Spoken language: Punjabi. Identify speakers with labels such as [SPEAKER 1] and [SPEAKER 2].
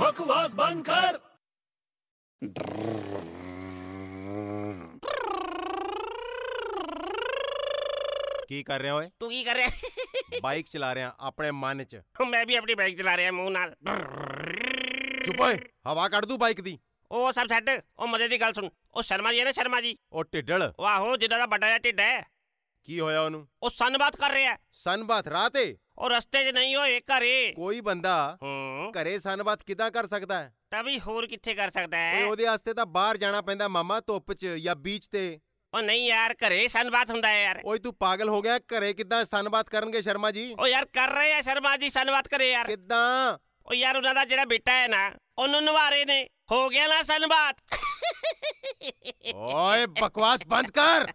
[SPEAKER 1] बकवास बंद कर
[SPEAKER 2] ਕੀ ਕਰ ਰਿਹਾ ਓਏ
[SPEAKER 3] ਤੂੰ ਕੀ ਕਰ ਰਿਹਾ
[SPEAKER 2] ਬਾਈਕ ਚਲਾ ਰਿਹਾ ਆਪਣੇ ਮਨ 'ਚ
[SPEAKER 3] ਮੈਂ ਵੀ ਆਪਣੀ ਬਾਈਕ ਚਲਾ ਰਿਹਾ ਮੂੰਹ ਨਾਲ
[SPEAKER 2] ਚੁੱਪ ਓਏ ਹਵਾ ਕੱਢ ਦੂ ਬਾਈਕ ਦੀ
[SPEAKER 3] ਉਹ ਸਭ ਛੱਡ ਉਹ ਮਜ਼ੇ ਦੀ ਗੱਲ ਸੁਣ ਉਹ ਸ਼ਰਮਾ ਜੀ ਹੈ ਨਾ ਸ਼ਰਮਾ ਜੀ
[SPEAKER 2] ਉਹ ਢਿੱਡਲ
[SPEAKER 3] ਉਹ ਆਹੋ ਜਿਹਦਾ ਦਾ ਵੱਡਾ ਜਿਹਾ ਢਿੱਡ ਹੈ
[SPEAKER 2] ਕੀ ਹੋਇਆ ਉਹਨੂੰ
[SPEAKER 3] ਉਹ ਸੰਨਬਾਤ ਕਰ ਰਿਹਾ ਹੈ।
[SPEAKER 2] ਸਨਬਾਤ ਰਾਹ ਤੇ
[SPEAKER 3] ਉਹ ਰਸਤੇ 'ਚ ਨਹੀਂ ਹੋਏ ਘਰੇ
[SPEAKER 2] ਕੋਈ ਬੰਦਾ
[SPEAKER 3] ਹੂੰ
[SPEAKER 2] ਘਰੇ ਸਨਬਾਤ ਕਿਦਾਂ ਕਰ ਸਕਦਾ ਹੈ
[SPEAKER 3] ਤਾਂ ਵੀ ਹੋਰ ਕਿੱਥੇ ਕਰ ਸਕਦਾ
[SPEAKER 2] ਓਏ
[SPEAKER 3] ਹੈ
[SPEAKER 2] ਉਹਦੇ ਵਾਸਤੇ ਤਾਂ ਬਾਹਰ ਜਾਣਾ ਪੈਂਦਾ ਮਾਮਾ ਧੁੱਪ 'ਚ ਜਾਂ ਬੀਚ ਤੇ
[SPEAKER 3] ਉਹ ਨਹੀਂ ਯਾਰ ਘਰੇ ਸੰਨਬਾਤ ਹੁੰਦਾ ਹੈ ਯਾਰ
[SPEAKER 2] ਓਏ ਤੂੰ ਪਾਗਲ ਹੋ ਗਿਆ ਘਰੇ ਕਿਦਾਂ ਸਨਬਾਤ ਕਰਨਗੇ ਸ਼ਰਮਾ ਜੀ
[SPEAKER 3] ਉਹ ਯਾਰ ਕਰ ਰਹੇ ਆ ਸ਼ਰਮਾ ਜੀ ਸੰਨਬਾਤ ਕਰੇ ਯਾਰ
[SPEAKER 2] ਕਿਦਾਂ
[SPEAKER 3] ਉਹ ਯਾਰ ਉਹਨਾਂ ਦਾ ਜਿਹੜਾ ਬੇਟਾ ਹੈ ਨਾ ਉਹਨੂੰ ਨਵਾਰੇ ਨੇ ਹੋ ਗਿਆ ਨਾ ਸੰਨਬਾਤ
[SPEAKER 2] ਓਏ ਬਕਵਾਸ ਬੰਦ ਕਰ